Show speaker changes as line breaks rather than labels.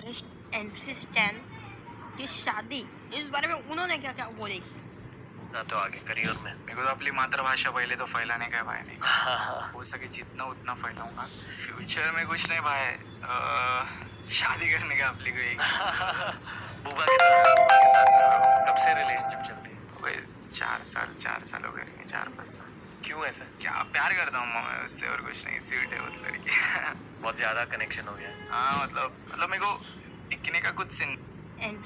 arrest MC Stan की शादी इस बारे में उन्होंने क्या क्या वो देखी
जातो तो आगे करियर में
बिकॉज आपली मातृभाषा पहिले तो फैलाने का भाई नहीं
हाँ
हो सके जितना उतना फैलाऊंगा फ्यूचर में कुछ नहीं भाई अह, शादी करने का अपने को एक
बुबा के साथ बुबा के साथ कब से रिलेशनशिप चल रही है
हो गए चार साल चार साल हो गए रहेंगे, चार पाँच साल
क्यों ऐसा
क्या प्यार करता हूँ मैं उससे और कुछ नहीं स्वीट है मतलब लड़की
बहुत ज्यादा कनेक्शन हो गया है
हाँ मतलब मतलब मेरे को दिखने का कुछ सीन
एम